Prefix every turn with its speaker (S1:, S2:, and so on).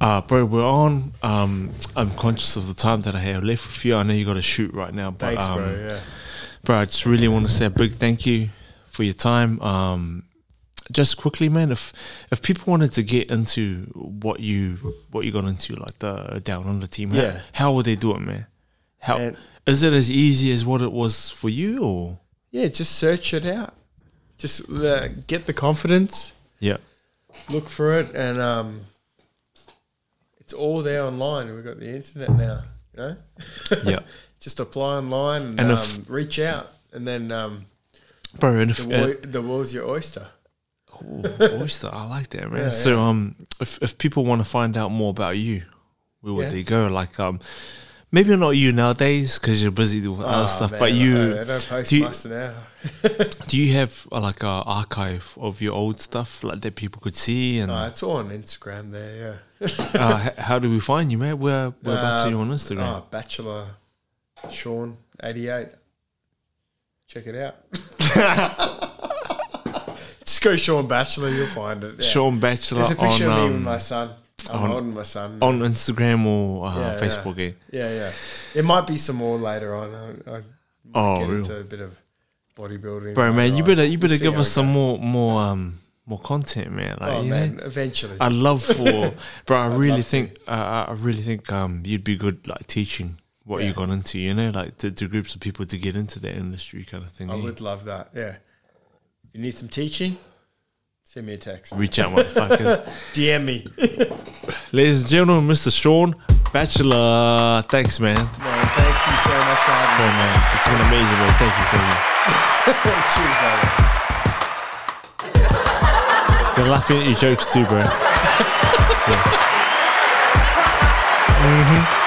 S1: Uh, bro, we're on. Um, I'm conscious of the time that I have left with you. I know you got to shoot right now, but
S2: Thanks,
S1: um,
S2: bro. Yeah.
S1: bro, I just really want to say a big thank you for your time. Um, just quickly, man, if if people wanted to get into what you what you got into, like the down under team, how-
S2: Yeah.
S1: how, would they do it, man? How is
S2: Man.
S1: it as easy as what it was for you, or
S2: Yeah, just search it out. Just uh, get the confidence,
S1: yeah,
S2: look for it, and um, it's all there online. We've got the internet now, you know?
S1: yeah,
S2: Just apply online and,
S1: And
S2: um,
S1: if-
S2: reach out, and then um,
S1: bro? And if,
S2: the, wo- the world's your oyster.
S1: Ooh, oyster. I like that, man. so, um, if if people want to find out more about you, where would
S2: Yeah.
S1: they go? Like, um, maybe not you nowadays because you're busy with other stuff.
S2: Ah, man,
S1: but
S2: I-
S1: you,
S2: I, don't post
S1: do you,
S2: much now.
S1: do you have uh, like a archive of your old stuff like that people could see? And
S2: Uh,
S1: uh,
S2: it's all on Instagram there, yeah.
S1: h- how do we find you, man? We're we're about to you on Instagram,
S2: Oh, Bachelor Sean 88. Check it out. Just go Sean Bachelor, you'll find it. yeah.
S1: Sean Bachelor
S2: There's a
S1: on
S2: picture of me with
S1: um,
S2: my son. I'm holding my son.
S1: on Instagram or uh,
S2: Yeah, yeah.
S1: Facebook. eh?
S2: Yeah, yeah. There might be some more later on. I, I
S1: Oh,
S2: get
S1: real.
S2: into a bit of bodybuilding.
S1: bro, man, you
S2: Right.
S1: better you
S2: We'll
S1: better
S2: see
S1: give
S2: how
S1: us
S2: it
S1: some more more um more content, man. Like,
S2: goes. Oh,
S1: you know?
S2: man, eventually.
S1: I love for, bro. I really think, uh, I really think um, you'd be good like teaching what you
S2: Yeah.
S1: got into. You know, like to, to groups of people to get into that industry kind of thing.
S2: I
S1: eh?
S2: would love that, yeah. If you need some teaching, send me a text.
S1: Reach out, motherfuckers.
S2: DM me.
S1: Ladies and gentlemen, Mr. Sean Bachelor. Thanks, man. Hey,
S2: Man, thank you so much for having me.
S1: man. It's been amazing, man. Thank you, thank you.
S2: Cheers, brother.
S1: They're laughing at your jokes too, bro. Yeah. hmm